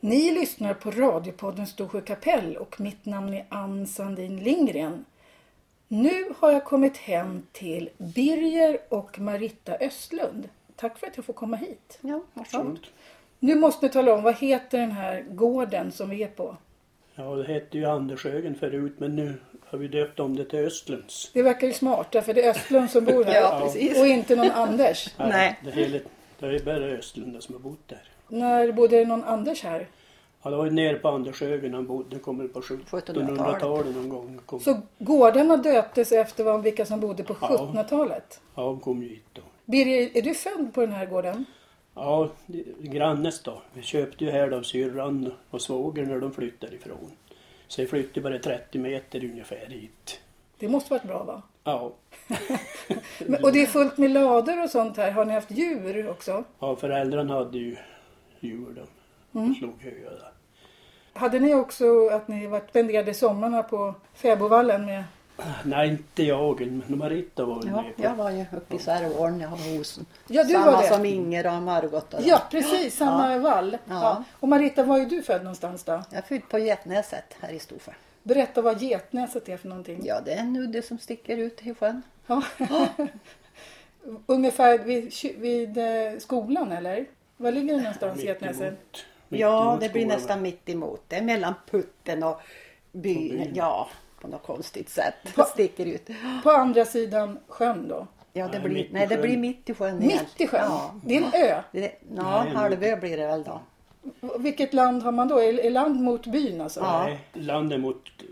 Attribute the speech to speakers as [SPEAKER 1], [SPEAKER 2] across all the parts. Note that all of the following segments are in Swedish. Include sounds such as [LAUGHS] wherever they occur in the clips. [SPEAKER 1] Ni lyssnar på radiopodden Storsjö kapell och mitt namn är Ann Sandin Lindgren. Nu har jag kommit hem till Birger och Marita Östlund. Tack för att jag får komma hit.
[SPEAKER 2] Ja, varsågod.
[SPEAKER 1] Nu måste ni tala om, vad heter den här gården som vi är på?
[SPEAKER 3] Ja, det hette ju Andershögen förut men nu har vi döpt om det till Östlunds.
[SPEAKER 1] Det verkar ju smart, därför det är Östlund som bor här.
[SPEAKER 2] Ja, precis.
[SPEAKER 1] Och inte någon Anders.
[SPEAKER 3] Nej.
[SPEAKER 2] Nej.
[SPEAKER 3] Det, hela, det är bara Östlunda som har bott där.
[SPEAKER 1] När bodde det någon Anders här?
[SPEAKER 3] Ja, det var ju nere på Andershögen han bodde, kommer på 1700-talet någon gång. Kom,
[SPEAKER 1] Så gårdarna döptes efter vad- vilka som bodde på
[SPEAKER 3] Ja.
[SPEAKER 1] 1700-talet.
[SPEAKER 3] Ja, han kom ju hit då.
[SPEAKER 1] Birger, är du född på den här gården?
[SPEAKER 3] Ja, det- grannes då. Vi köpte ju här av syrran och svågern när de flyttade ifrån. Så vi flyttade bara 30 meter ungefär hit.
[SPEAKER 1] Det måste varit bra va?
[SPEAKER 3] Ja,
[SPEAKER 1] Men, och det är fullt med lador och sånt här. Har ni haft djur också?
[SPEAKER 3] ja föräldrarna hade ju djur de slog höga där.
[SPEAKER 1] Hade ni också att ni var- spenderade somrarna på fäbodvallen med...
[SPEAKER 3] Nej, inte jag, men Marita var väl
[SPEAKER 2] Ja,
[SPEAKER 3] med på
[SPEAKER 2] jag var ju uppe i Särvården, jag var hos
[SPEAKER 1] Ja, du
[SPEAKER 2] samma
[SPEAKER 1] var det.
[SPEAKER 2] som Inger och Margot. Och
[SPEAKER 1] Ja, precis. Samma vall.
[SPEAKER 2] Ja.
[SPEAKER 1] Och Marita, var är du född någonstans då?
[SPEAKER 2] Jag är född på Getnäset här i Storsjö.
[SPEAKER 1] Berätta vad Getnäset är för någonting.
[SPEAKER 2] Ja, det är en udde som sticker ut i sjön.
[SPEAKER 1] Ja. [LAUGHS] Ungefär vid, ky- vid eh, skolan eller? Var ligger det någonstans
[SPEAKER 3] Mitt
[SPEAKER 1] Getnäset?
[SPEAKER 3] emot- mitt
[SPEAKER 2] Ja,
[SPEAKER 3] emot
[SPEAKER 2] det blir
[SPEAKER 3] skolan.
[SPEAKER 2] nästan mitt emot. Det är mellan putten och byn.
[SPEAKER 3] Och byn.
[SPEAKER 2] Ja, på något konstigt sätt. Det sticker ut.
[SPEAKER 1] På andra sidan sjön då?
[SPEAKER 2] Ja, det
[SPEAKER 3] Nej,
[SPEAKER 2] blir,
[SPEAKER 3] mitt i
[SPEAKER 2] nej, det
[SPEAKER 3] sjön.
[SPEAKER 2] blir mitt i sjön. igen.
[SPEAKER 1] Mitt i sjön?
[SPEAKER 2] Ja,
[SPEAKER 1] Det är en ö.
[SPEAKER 2] det, ja
[SPEAKER 3] Nej,
[SPEAKER 2] halvö blir det väl då.
[SPEAKER 1] Vilket land har man då? Är är land mot byn alltså?
[SPEAKER 2] Ja.
[SPEAKER 3] Nej, landet mot eh,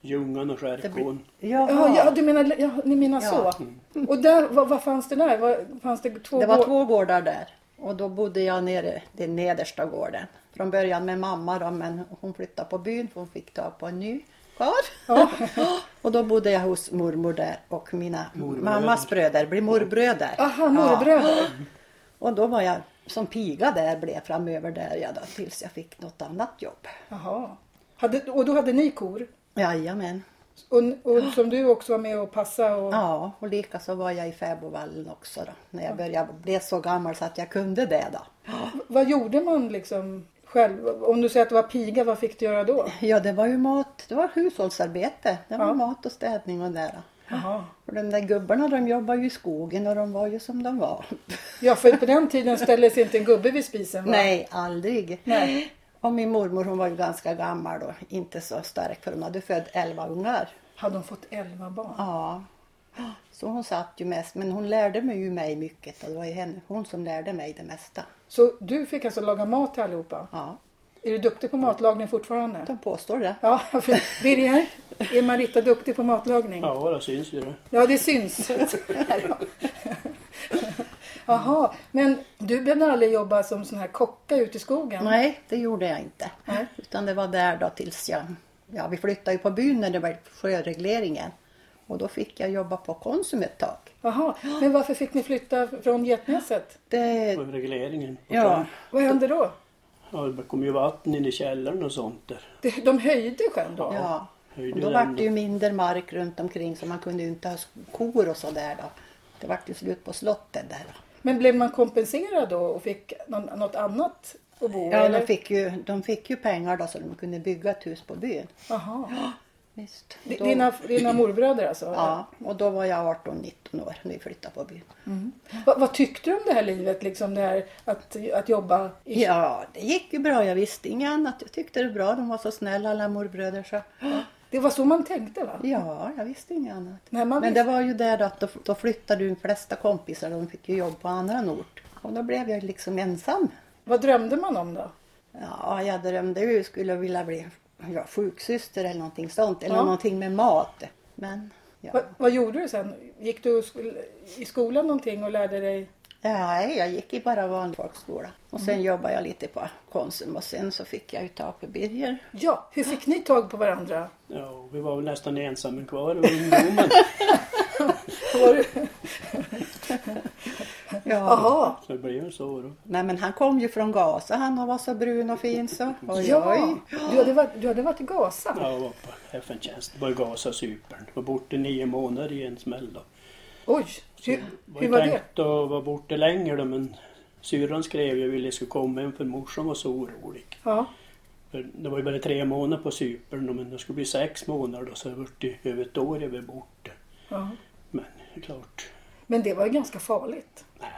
[SPEAKER 3] Ljungan och
[SPEAKER 2] Det blir,
[SPEAKER 3] Skärkån.
[SPEAKER 1] Ja, ja,
[SPEAKER 2] jaha.
[SPEAKER 1] du menar, ja, ni menar
[SPEAKER 2] Ja.
[SPEAKER 1] så. Och där, vad, vad fanns det där? Vad, fanns det två
[SPEAKER 2] Det var
[SPEAKER 1] gå-
[SPEAKER 2] två gårdar där och då bodde jag nere den nedersta gården. Från början med mamma då, men hon flyttade på byn för hon fick tag på en ny karl.
[SPEAKER 1] Ja.
[SPEAKER 2] [LAUGHS] och då bodde jag hos mormor där och mina
[SPEAKER 3] Morbröder.
[SPEAKER 2] mammas bröder blir morbröder.
[SPEAKER 1] Aha, morbröder.
[SPEAKER 2] Och då var jag som piga där blev framöver där jag då, tills jag fick något annat jobb.
[SPEAKER 1] Jaha. Hade, och då hade ni kor?
[SPEAKER 2] Jajamän.
[SPEAKER 1] Och, och som du också var med och passa och...
[SPEAKER 2] Ja, och lika så var jag i fäbodvallen också då, när jag började, blev så gammal så att jag kunde det då.
[SPEAKER 1] Vad gjorde man liksom själv? Om du säger att det var piga, vad fick du göra då?
[SPEAKER 2] Ja, det var ju mat. Det var hushållsarbete. Det var
[SPEAKER 1] Ja.
[SPEAKER 2] mat och städning och nära.
[SPEAKER 1] Jaha.
[SPEAKER 2] Och de där gubbarna de jobbade ju i skogen och de var ju som de var.
[SPEAKER 1] Ja, för på den tiden ställdes inte en gubbe vid spisen va?
[SPEAKER 2] Nej, aldrig.
[SPEAKER 1] Nej.
[SPEAKER 2] Och min mormor hon var ju ganska gammal då. Inte så stark för hon hade född elva ungar.
[SPEAKER 1] Hade de fått elva barn?
[SPEAKER 2] Ja. Så hon satt ju mest. Men hon lärde mig ju mig mycket. Och det var ju henne, hon som lärde mig det mesta.
[SPEAKER 1] Så du fick alltså laga mat till allihopa?
[SPEAKER 2] Ja,
[SPEAKER 1] Är du duktig på matlagning fortfarande?
[SPEAKER 2] de påstår det.
[SPEAKER 1] Ja, [LAUGHS] för Birger, är Marita duktig på matlagning?
[SPEAKER 3] Ja, det syns ju det.
[SPEAKER 1] Ja, det
[SPEAKER 2] [LAUGHS]
[SPEAKER 1] syns. Jaha, men du behövde aldrig jobba som sån här kocka ute i skogen?
[SPEAKER 2] Nej, det gjorde jag inte.
[SPEAKER 1] Nej.
[SPEAKER 2] Utan det var där då tills jag... Ja, vi flyttade ju på byn när det var sjöregleringen. Och då fick jag jobba på Konsum ett tag.
[SPEAKER 1] Jaha, men varför fick ni flytta från Getnäset?
[SPEAKER 2] Det,
[SPEAKER 3] Och regleringen. på sjön.
[SPEAKER 2] ja,
[SPEAKER 1] Vad hände då?
[SPEAKER 3] ja. Det kom ju vatten in i källaren och sånt där.
[SPEAKER 1] Det- De höjde sjön då?
[SPEAKER 2] ja.
[SPEAKER 3] Höjde
[SPEAKER 2] Och då
[SPEAKER 3] den
[SPEAKER 2] var det
[SPEAKER 3] då.
[SPEAKER 2] ju mindre mark runt omkring så man kunde ju inte ha kor och sådär då. Det var ju slut på slottet där. Då.
[SPEAKER 1] Men blev man kompenserad då och fick någon, något annat att bo
[SPEAKER 2] Ja,
[SPEAKER 1] eller?
[SPEAKER 2] de fick, ju, de fick ju pengar då så de kunde bygga ett hus på byn.
[SPEAKER 1] Jaha.
[SPEAKER 2] Visst.
[SPEAKER 1] D-
[SPEAKER 2] Då-
[SPEAKER 1] Dina,
[SPEAKER 2] [CLEARS THROAT]
[SPEAKER 1] dina morbröder alltså?
[SPEAKER 2] Ja, och då var jag 18-19 år när vi flyttade på byn.
[SPEAKER 1] Mm. Va, vad tyckte du om det här livet, liksom det här att, att jobba i
[SPEAKER 2] Ja, det gick ju bra. Jag visste inget annat. Jag tyckte det var bra. De var så snälla alla morbröder. Så.
[SPEAKER 1] Det var så man tänkte va?
[SPEAKER 2] Ja, jag visste inget annat.
[SPEAKER 1] Nej, man
[SPEAKER 2] Men
[SPEAKER 1] visste-
[SPEAKER 2] det var ju där då att då, då flyttade ju de flesta kompisar. De fick ju jobb på annan ort. Och då blev jag liksom ensam.
[SPEAKER 1] Vad drömde man om då?
[SPEAKER 2] Ja, jag drömde ju skulle vilja bli ja, sjuksyster eller någonting sånt. Eller
[SPEAKER 1] Ja.
[SPEAKER 2] någonting med mat. Men ja.
[SPEAKER 1] Va, vad gjorde du sen? Gick du och sk- i skolan någonting och lärde dig?
[SPEAKER 2] Nej, jag gick i bara vanlig folkskola. Och
[SPEAKER 1] Mm.
[SPEAKER 2] sen jobbade jag lite på Konsum och sen så fick jag ju tag på Birger.
[SPEAKER 1] Ja, hur fick ni tag på varandra?
[SPEAKER 3] Ja, och vi var väl nästan ensamma kvar av ungdomen.
[SPEAKER 1] Var [LAUGHS] du-
[SPEAKER 2] Ja.
[SPEAKER 1] Jaha,
[SPEAKER 3] så det blev ju så då.
[SPEAKER 2] Nej men han kom ju från Gaza han och var så brun och fin så. Oj,
[SPEAKER 1] ja.
[SPEAKER 2] oj.
[SPEAKER 1] Du hade varit, du hade varit i Gaza?
[SPEAKER 3] Ja, jag var på FN-tjänst. Var i Gaza, Cypern. Var borta nio månader i en smäll då.
[SPEAKER 1] Oj, hur,
[SPEAKER 3] Var
[SPEAKER 1] hur
[SPEAKER 3] ju
[SPEAKER 1] var det?
[SPEAKER 3] tänkt att vara borta längre då men Syrran skrev jag ville skulle komma hem för morsan var så orolig.
[SPEAKER 1] Ja.
[SPEAKER 3] För det var ju bara tre månader på Cypern men det skulle bli sex månader då så det vart ju över ett år jag var borta.
[SPEAKER 1] ja.
[SPEAKER 3] Men det är klart,
[SPEAKER 1] Men det var ju ganska farligt.
[SPEAKER 3] nej.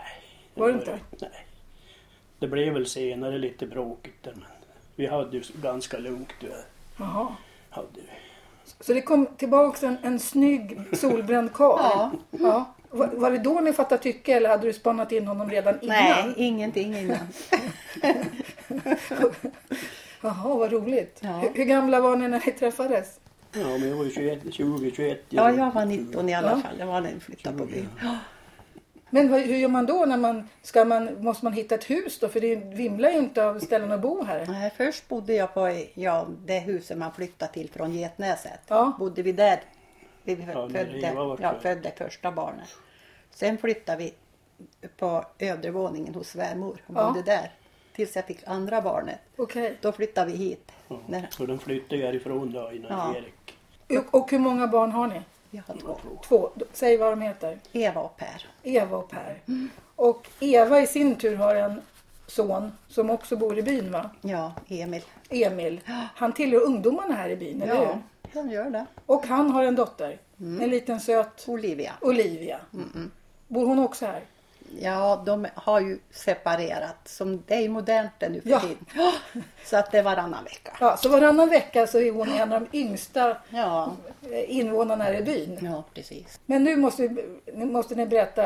[SPEAKER 1] Var det inte?
[SPEAKER 3] Nej. Det blev väl senare lite bråkigt där men vi hade ju ganska lugnt. Vi
[SPEAKER 1] Jaha.
[SPEAKER 3] hade vi.
[SPEAKER 1] Så det kom tillbaks en, en snygg solbränd karl.
[SPEAKER 2] Ja.
[SPEAKER 1] Ja. Var, var det då ni fattade tycke eller hade du spannat in honom redan innan?
[SPEAKER 2] Nej, ingenting innan.
[SPEAKER 1] [LAUGHS] Jaha, vad roligt.
[SPEAKER 2] Ja.
[SPEAKER 1] Hur, hur gamla var ni när ni träffades?
[SPEAKER 3] Ja men jag var ju 21, 20, 21.
[SPEAKER 2] Ja, jag var 19 i alla
[SPEAKER 1] Ja.
[SPEAKER 2] fall. Det var när vi flyttade på byn. Ja.
[SPEAKER 1] Men vad, hur gör man då? När man, ska man, måste man hitta ett hus då? För det vimlar ju inte av ställen att bo här.
[SPEAKER 2] Nej, Först bodde jag på ja, det huset man flyttade till från Getnäset.
[SPEAKER 1] Ja.
[SPEAKER 2] Bodde vi där. Vi
[SPEAKER 3] Ja, när
[SPEAKER 2] födde,
[SPEAKER 3] Eva var
[SPEAKER 2] ja,
[SPEAKER 3] född.
[SPEAKER 2] födde första barnet. Sen flyttade vi på övre våningen hos svärmor och
[SPEAKER 1] Ja.
[SPEAKER 2] bodde där. Tills jag fick andra barnet.
[SPEAKER 1] Okej.
[SPEAKER 2] Då flyttade vi hit. När,
[SPEAKER 3] Så de flyttade ju härifrån då innan
[SPEAKER 2] Ja.
[SPEAKER 3] Erik.
[SPEAKER 1] Och, och hur många barn har ni?
[SPEAKER 2] vi har två.
[SPEAKER 1] Två. Säg vad de heter.
[SPEAKER 2] Eva och Per.
[SPEAKER 1] Eva och Per. Och Eva i sin tur har en son som också bor i byn va?
[SPEAKER 2] Ja, Emil.
[SPEAKER 1] Emil. Han tillhör ungdomarna här i byn, eller hur?
[SPEAKER 2] Ja, Mm. de gör det.
[SPEAKER 1] Och han har en dotter. En liten söt
[SPEAKER 2] Olivia.
[SPEAKER 1] Olivia. Bor hon också här?
[SPEAKER 2] Ja, de har ju separerat. Som det är ju modernt det nu för
[SPEAKER 1] Ja.
[SPEAKER 2] tiden. Så att det är varannan vecka.
[SPEAKER 1] Ja, så varannan vecka så är hon en av de yngsta
[SPEAKER 2] Ja,
[SPEAKER 1] eh, invånarna här i byn.
[SPEAKER 2] ja precis.
[SPEAKER 1] Men nu måste, vi, nu måste ni berätta.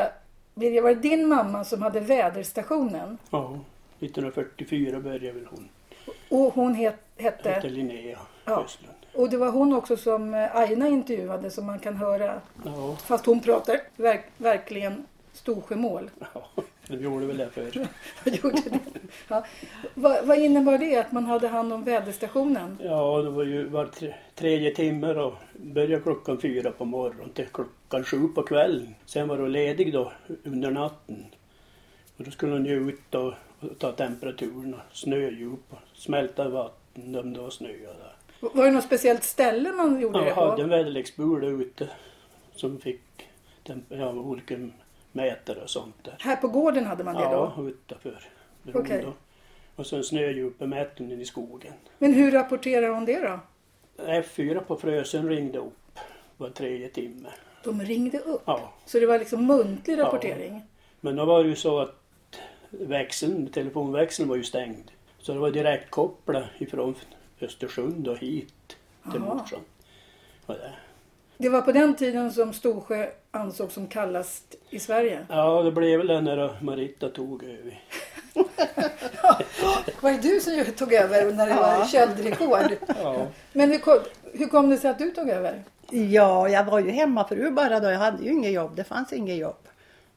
[SPEAKER 1] Birger, var det din mamma som hade väderstationen?
[SPEAKER 3] Ja, 1944 började väl hon.
[SPEAKER 1] Och hon het,
[SPEAKER 3] Hette
[SPEAKER 1] hette...
[SPEAKER 3] Linnea
[SPEAKER 1] Ja.
[SPEAKER 3] Östlund.
[SPEAKER 1] Och det var hon också som eh, Aina intervjuade som man kan höra.
[SPEAKER 3] Ja,
[SPEAKER 1] Fast hon pratar verk, verkligen Storsjömål. [LAUGHS]
[SPEAKER 3] ja, det gjorde väl det förr.
[SPEAKER 1] Hon gjorde det. Ja. Vad, vad innebar det att man hade hand om väderstationen?
[SPEAKER 3] Ja, det var ju var tre, tredje timme då. Började klockan fyra på morgonen till klockan sju på kvällen. Sen var hon ledig då under natten. Och då skulle hon ju ut och, och ta temperaturen och snödjup och smälta vatten om det var snö. Där.
[SPEAKER 1] Var det något speciellt ställe man gjorde det
[SPEAKER 3] Jag hade en
[SPEAKER 1] på?
[SPEAKER 3] väderleksbula ute som fick temp- ja, olika mätare och sånt där.
[SPEAKER 1] Här på gården hade man det
[SPEAKER 3] Ja,
[SPEAKER 1] då?
[SPEAKER 3] utanför bron
[SPEAKER 1] Okej.
[SPEAKER 3] då. Och sen snödjupmätningen i skogen.
[SPEAKER 1] Men hur rapporterar hon det då?
[SPEAKER 3] F4 på Frösön ringde upp var tredje timme.
[SPEAKER 1] De ringde upp?
[SPEAKER 3] Ja.
[SPEAKER 1] Så det var liksom muntlig rapportering?
[SPEAKER 3] Men då var det ju så att växeln, telefonväxeln var ju stängd. Så det var direkt kopplat ifrån Östersund och hit till
[SPEAKER 1] Jaha.
[SPEAKER 3] morsan. Och det-
[SPEAKER 1] Det var på den tiden som Storsjö ansågs som kallast i Sverige?
[SPEAKER 3] Ja, det blev väl det när Marita tog över.
[SPEAKER 1] Var det du som tog över när det var
[SPEAKER 2] Ja.
[SPEAKER 1] köldrekord?
[SPEAKER 3] Ja.
[SPEAKER 1] Men hur kom, hur kom det sig att du tog över?
[SPEAKER 2] Ja, jag var ju hemmafru bara då. Jag hade ju inget jobb. Det fanns inget jobb.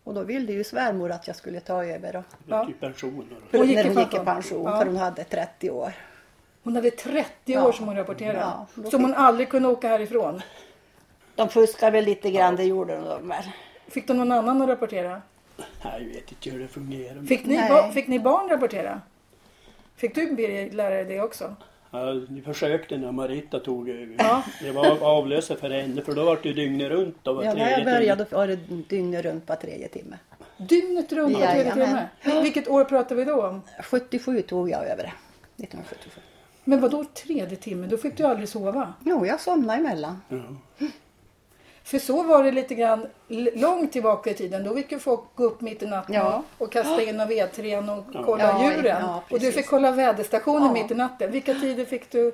[SPEAKER 2] Och då ville ju svärmor att jag skulle ta över och,
[SPEAKER 1] Ja.
[SPEAKER 3] Typ pensioner och
[SPEAKER 1] Hon gick
[SPEAKER 2] när
[SPEAKER 1] i
[SPEAKER 2] hon gick i
[SPEAKER 1] pension.
[SPEAKER 2] pension.
[SPEAKER 1] Ja.
[SPEAKER 2] För hon hade 30 år.
[SPEAKER 1] Hon hade 30 år
[SPEAKER 2] Ja.
[SPEAKER 1] som hon rapporterade.
[SPEAKER 2] Ja, då
[SPEAKER 1] som hon aldrig kunde åka härifrån.
[SPEAKER 2] De fuskade väl lite grann, det gjorde de väl.
[SPEAKER 1] Fick de någon annan att rapportera?
[SPEAKER 3] Nej, jag vet inte hur det fungerar. men-
[SPEAKER 1] Fick ni,
[SPEAKER 2] Nej.
[SPEAKER 1] ba- fick ni barn rapportera? Fick du Birger lära dig det också?
[SPEAKER 3] Ja, vi försökte när Marita tog över.
[SPEAKER 1] Ja.
[SPEAKER 3] Det var avlösare för henne för då var det ju dygnet runt. Då var
[SPEAKER 2] Ja, när
[SPEAKER 3] tredje
[SPEAKER 2] jag
[SPEAKER 3] timme.
[SPEAKER 2] började då var det dygnet runt var tredje timme.
[SPEAKER 1] Dygnet runt på tredje
[SPEAKER 2] Jajamän.
[SPEAKER 1] timme? Vil- Vilket år pratar vi då om?
[SPEAKER 2] 77 tog jag över det. 1977.
[SPEAKER 1] Men vadå tredje timme? Då fick du aldrig sova.
[SPEAKER 2] Jo, jag somnade emellan.
[SPEAKER 3] Ja.
[SPEAKER 1] För så var det lite grann l- långt tillbaka i tiden. Då fick ju folk gå upp mitt i natten
[SPEAKER 2] Ja.
[SPEAKER 1] och kasta in av vedträn och
[SPEAKER 3] Ja.
[SPEAKER 1] kolla
[SPEAKER 2] Ja,
[SPEAKER 1] djuren.
[SPEAKER 2] ja,
[SPEAKER 1] och du
[SPEAKER 2] precis.
[SPEAKER 1] fick kolla väderstationen
[SPEAKER 2] Ja.
[SPEAKER 1] mitt i natten. Vilka tider fick du?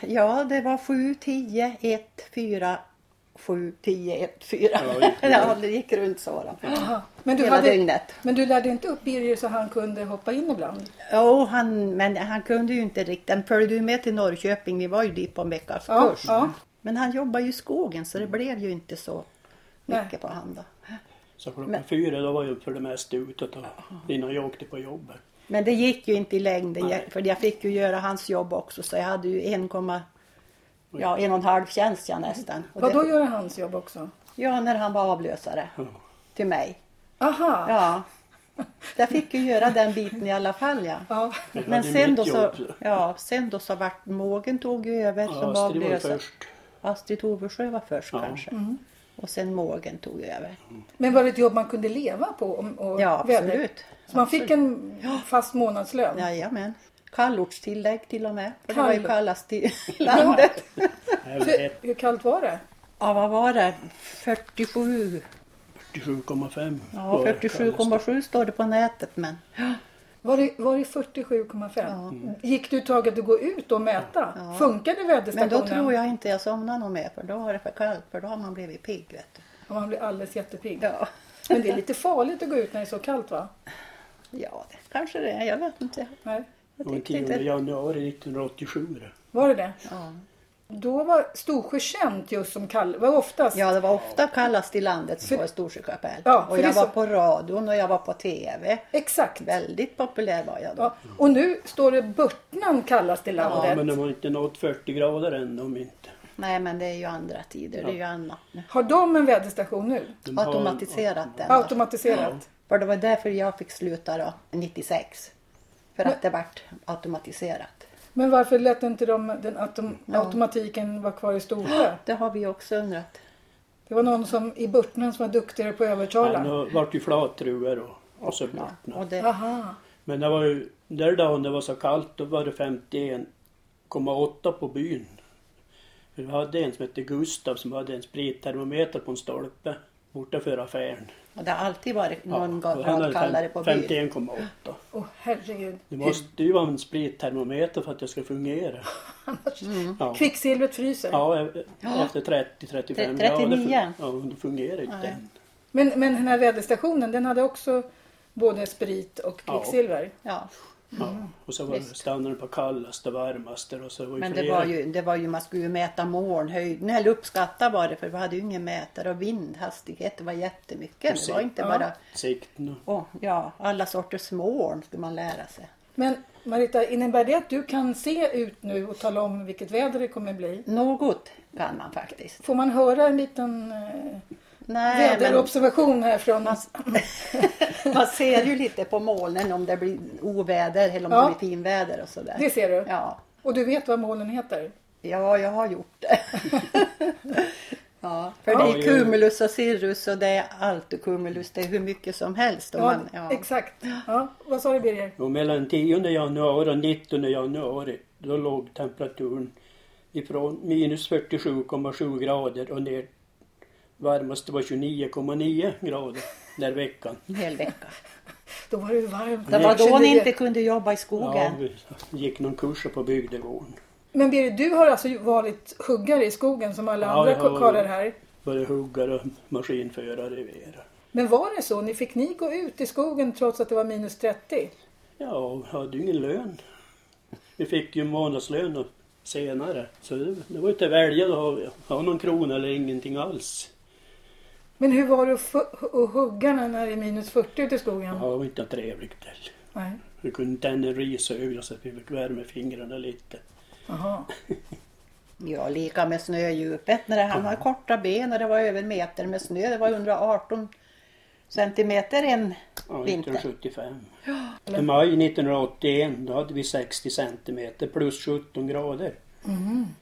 [SPEAKER 2] Ja, det var 7, 10, 1, 4, 7, 10, 1, 4.
[SPEAKER 3] Ja, just det.
[SPEAKER 2] [LAUGHS] Ja, det gick runt så. Då.
[SPEAKER 1] Men du,
[SPEAKER 2] Hela
[SPEAKER 1] hade,
[SPEAKER 2] dygnet.
[SPEAKER 1] men du lärde inte upp Birger så han kunde hoppa in ibland?
[SPEAKER 2] Jo, han, men han kunde ju inte riktigt. Han följde ju med till Norrköping. Vi var ju dit på en veckas
[SPEAKER 1] Ja,
[SPEAKER 2] kurs.
[SPEAKER 1] ja.
[SPEAKER 2] Men han jobbade ju i skogen så det blev ju inte så
[SPEAKER 1] Nej.
[SPEAKER 2] mycket på han då.
[SPEAKER 3] Så klockan fyra då var jag för det mesta ute då, innan jag åkte på jobbet.
[SPEAKER 2] Men det gick ju inte i längden.
[SPEAKER 3] Nej.
[SPEAKER 2] Jag, för jag fick ju göra hans jobb också så jag hade ju 1,5 Ja, en och en halv tjänst jag nästan. Och
[SPEAKER 1] Vadå
[SPEAKER 2] det-
[SPEAKER 1] göra hans jobb också?
[SPEAKER 2] Ja, när han var avlösare till mig.
[SPEAKER 1] Aha!
[SPEAKER 2] Ja. Jag fick ju göra den biten i alla fall ja.
[SPEAKER 1] Ja.
[SPEAKER 3] Jag
[SPEAKER 2] Men
[SPEAKER 3] hade
[SPEAKER 2] sen
[SPEAKER 3] mitt
[SPEAKER 2] då, så,
[SPEAKER 3] jobb.
[SPEAKER 2] ja, sen då så vart Mågen tog ju över som
[SPEAKER 3] Ja, Astrid var
[SPEAKER 2] avlösare.
[SPEAKER 3] först.
[SPEAKER 2] Astrid Oversjö var först
[SPEAKER 3] Ja. Mm.
[SPEAKER 2] kanske. Och sen mågen tog ju över.
[SPEAKER 1] Men var det ett jobb man kunde leva på? om- Och
[SPEAKER 2] Ja,
[SPEAKER 1] väder?
[SPEAKER 2] absolut.
[SPEAKER 1] Så man fick en fast månadslön?
[SPEAKER 2] Jajamän. Kallortstillägg till och med. För det var ju
[SPEAKER 1] Kall-
[SPEAKER 2] kallast
[SPEAKER 3] [LAUGHS]
[SPEAKER 2] i landet.
[SPEAKER 1] Hur, hur kallt var det?
[SPEAKER 2] Ja, vad var det? 47.
[SPEAKER 3] 47,5.
[SPEAKER 2] Ja, 47,7 står det på nätet. Men
[SPEAKER 1] Var det, var det
[SPEAKER 3] Mm.
[SPEAKER 1] 47,5? Gick du taget att gå ut och mäta? Funkade
[SPEAKER 2] Men
[SPEAKER 1] väderstationen?
[SPEAKER 2] då tror jag inte jag somnar nog mer för då är det för kallt för då har man blivit pigg vet du.
[SPEAKER 1] Ja, man blir alldeles jättepigg.
[SPEAKER 2] Ja.
[SPEAKER 1] Men det är lite farligt att gå ut när det är så kallt va?
[SPEAKER 2] ja, det kanske det är. Jag vet inte.
[SPEAKER 1] Nej.
[SPEAKER 2] Jag
[SPEAKER 3] Den
[SPEAKER 2] tyckte
[SPEAKER 3] 10
[SPEAKER 2] inte...
[SPEAKER 3] januari 1987. det.
[SPEAKER 1] Var det det?
[SPEAKER 2] Ja.
[SPEAKER 1] Då var Storsjö känt just som kall... Var oftast?
[SPEAKER 2] ja, det var ofta kallast i landet på Storsjö kapell.
[SPEAKER 1] Ja, för
[SPEAKER 2] och
[SPEAKER 1] det är
[SPEAKER 2] jag
[SPEAKER 1] så-
[SPEAKER 2] var på radion och jag var på TV.
[SPEAKER 1] Exakt.
[SPEAKER 2] Väldigt populär var jag då.
[SPEAKER 1] Ja. Och nu står det Börtnan kallast i landet.
[SPEAKER 3] Ja, men de har inte nått 40 grader än de inte.
[SPEAKER 2] Nej, men det är ju andra tider. Det är ju annat nu.
[SPEAKER 1] Har de en väderstation nu?
[SPEAKER 3] De har-
[SPEAKER 2] Automatiserat den. då.
[SPEAKER 1] Automatiserat?
[SPEAKER 2] För det var därför jag fick sluta då, 96. För att det vart automatiserat.
[SPEAKER 1] Men varför lät inte de den autom- automatiken vara kvar i Storsjö?
[SPEAKER 2] Det har vi också undrat.
[SPEAKER 1] Det var någon som i Burtnan som var duktigare på att
[SPEAKER 3] Men
[SPEAKER 1] övertala.
[SPEAKER 3] det vart ju flattruer och, och så
[SPEAKER 2] Och
[SPEAKER 3] bort.
[SPEAKER 2] det,
[SPEAKER 1] Aha.
[SPEAKER 3] Men det var ju, där dagen det var så kallt då var det 51,8 på byn. För vi hade en som hette Gustav som hade en sprittermometer på en stolpe borta för affären.
[SPEAKER 2] och det har alltid varit någon
[SPEAKER 3] och han
[SPEAKER 2] grad
[SPEAKER 3] hade
[SPEAKER 2] kallare
[SPEAKER 3] fem-
[SPEAKER 2] på byn.
[SPEAKER 3] 51,8.
[SPEAKER 1] Åh herregud.
[SPEAKER 3] Det måste ju vara en sprittermometer för att det ska fungera.
[SPEAKER 1] Annars...
[SPEAKER 2] Mm.
[SPEAKER 3] Ja.
[SPEAKER 1] Kvicksilvret fryser.
[SPEAKER 3] Ja, e- efter 30-35
[SPEAKER 2] 39.
[SPEAKER 3] grader. Ja, det fungerar inte än.
[SPEAKER 1] Men, men den här väderstationen den hade också både sprit och
[SPEAKER 3] Ja.
[SPEAKER 1] kvicksilver.
[SPEAKER 2] Ja,
[SPEAKER 3] Ja. Och så var det standarden på kallaste och varmaste. Och så var ju
[SPEAKER 2] Mm. men det
[SPEAKER 3] flera-
[SPEAKER 2] var, ju, det var ju, man skulle ju mäta molnhöjden, eller uppskatta var det, för vi hade ju ingen mätare och vindhastighet, det var jättemycket. Det var inte
[SPEAKER 1] Ja.
[SPEAKER 2] bara,
[SPEAKER 3] Sikten och...
[SPEAKER 2] åh, ja, alla sorters moln skulle man lära sig.
[SPEAKER 1] Men Marita, innebär det att du kan se ut nu och tala om vilket väder det kommer bli?
[SPEAKER 2] Något kan man faktiskt.
[SPEAKER 1] Får man höra en liten eh,
[SPEAKER 2] Nej, men
[SPEAKER 1] väderobservation här från...
[SPEAKER 2] [LAUGHS] man ser ju lite på molnen om det blir oväder eller om
[SPEAKER 1] Ja.
[SPEAKER 2] det blir finväder och sådär.
[SPEAKER 1] [LAUGHS] Det ser du?
[SPEAKER 2] Ja.
[SPEAKER 1] Och du vet vad molnen heter?
[SPEAKER 2] Ja, jag har gjort det. [LAUGHS] ja, för det
[SPEAKER 3] Ja,
[SPEAKER 2] är
[SPEAKER 3] ja.
[SPEAKER 2] cumulus och cirrus och det är altokumulus. Det är hur mycket som helst. Och
[SPEAKER 1] Ja,
[SPEAKER 2] man, ja.
[SPEAKER 1] exakt. Ja. Vad sa du Birger?
[SPEAKER 3] Och mellan 10 januari och 19 januari då låg temperaturen ifrån minus 47,7 grader och ner varmast var 29,9 grader den veckan.
[SPEAKER 2] En hel vecka.
[SPEAKER 1] Då var det ju varmt.
[SPEAKER 2] Det var då ni
[SPEAKER 1] 29.
[SPEAKER 2] inte kunde jobba i
[SPEAKER 3] Ja,
[SPEAKER 2] skogen.
[SPEAKER 3] vi gick någon kurs på bygdegården.
[SPEAKER 1] Men Birger, du har alltså varit huggare i skogen som alla
[SPEAKER 3] Ja,
[SPEAKER 1] andra
[SPEAKER 3] jag har-
[SPEAKER 1] karlar här.
[SPEAKER 3] Både huggare och maskinförare i vera.
[SPEAKER 1] Men var det så? Ni fick ni gå ut i skogen trots att det var minus 30?
[SPEAKER 3] Ja, och hade ju ingen lön. Vi fick ju månadslön senare. Så det, det var ju inte att välja att ha, ha någon krona eller ingenting alls.
[SPEAKER 1] Men hur var det att fu- att hugga när det är minus 40 ute i skogen?
[SPEAKER 3] Ja, det var inte trevligt heller.
[SPEAKER 1] Nej.
[SPEAKER 3] Vi kunde tända en risögla så att vi fick värma fingrarna lite.
[SPEAKER 1] Jaha.
[SPEAKER 2] Ja, lika med snödjupet. När det, han har korta ben och det var över en meter med snö. Det var 118 centimeter en
[SPEAKER 3] Ja,
[SPEAKER 2] vinter.
[SPEAKER 3] 1975. I maj 1981 då hade vi 60 centimeter plus 17 grader.
[SPEAKER 2] Mhm.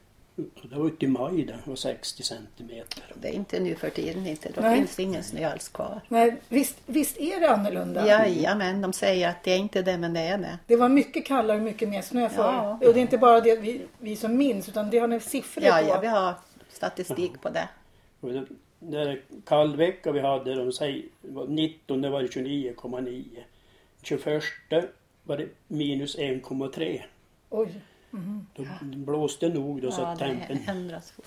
[SPEAKER 3] Och Det var ute i maj det, var 60 centimeter.
[SPEAKER 2] Det är inte nu för tiden inte. Då
[SPEAKER 1] Nej.
[SPEAKER 2] finns det ingen snö alls kvar.
[SPEAKER 1] Nej, visst, visst är det annorlunda?
[SPEAKER 2] Jajamän, de säger att det är inte det men det är det.
[SPEAKER 1] Det var mycket kallare och mycket mer snö förr.
[SPEAKER 2] Ja.
[SPEAKER 1] Och det är inte bara det vi, vi som minns utan det har ni siffror
[SPEAKER 2] Ja,
[SPEAKER 1] på.
[SPEAKER 2] ja, vi har statistik på det.
[SPEAKER 3] Och det- Den kallvecka vi hade, de säger, var 19 det var det 29,9. 21 var det minus 1,3.
[SPEAKER 1] Oj.
[SPEAKER 3] Då blåste nog då så
[SPEAKER 2] Ja,
[SPEAKER 3] att
[SPEAKER 2] det
[SPEAKER 3] tempen
[SPEAKER 2] ändras fort.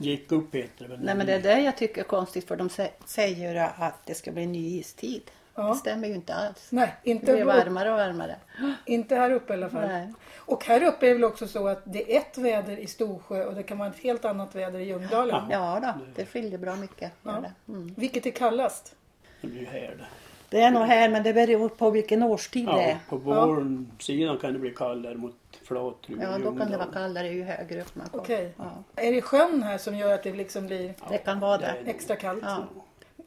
[SPEAKER 3] gick upp heter det väl.
[SPEAKER 2] Nej, men det är det jag tycker är konstigt för de sä- säger ju att det ska bli en ny istid.
[SPEAKER 1] Ja.
[SPEAKER 2] Det stämmer ju inte alls.
[SPEAKER 1] Nej,
[SPEAKER 2] Det blir
[SPEAKER 1] inte,
[SPEAKER 2] varmare och varmare.
[SPEAKER 1] inte här uppe i alla fall.
[SPEAKER 2] Nej.
[SPEAKER 1] Och här uppe är det väl också så att det är ett väder i Storsjö och det kan vara ett helt annat väder i Ljungdalen.
[SPEAKER 2] Ja då, det skiljer bra mycket. gör det. Mm.
[SPEAKER 1] Vilket är kallast?
[SPEAKER 3] Det blir här det.
[SPEAKER 2] Det är nog här men det beror på vilken årstid det
[SPEAKER 3] Ja,
[SPEAKER 2] är.
[SPEAKER 3] på vårsidan sidan kan det bli kallare mot Flatruv
[SPEAKER 2] Ja, då kan det vara kallare ju högre upp man kommer.
[SPEAKER 1] Okej.
[SPEAKER 2] Ja.
[SPEAKER 1] Är det sjön här som gör att det liksom blir
[SPEAKER 2] Det kan vara det.
[SPEAKER 1] extra kallt?
[SPEAKER 2] Ja.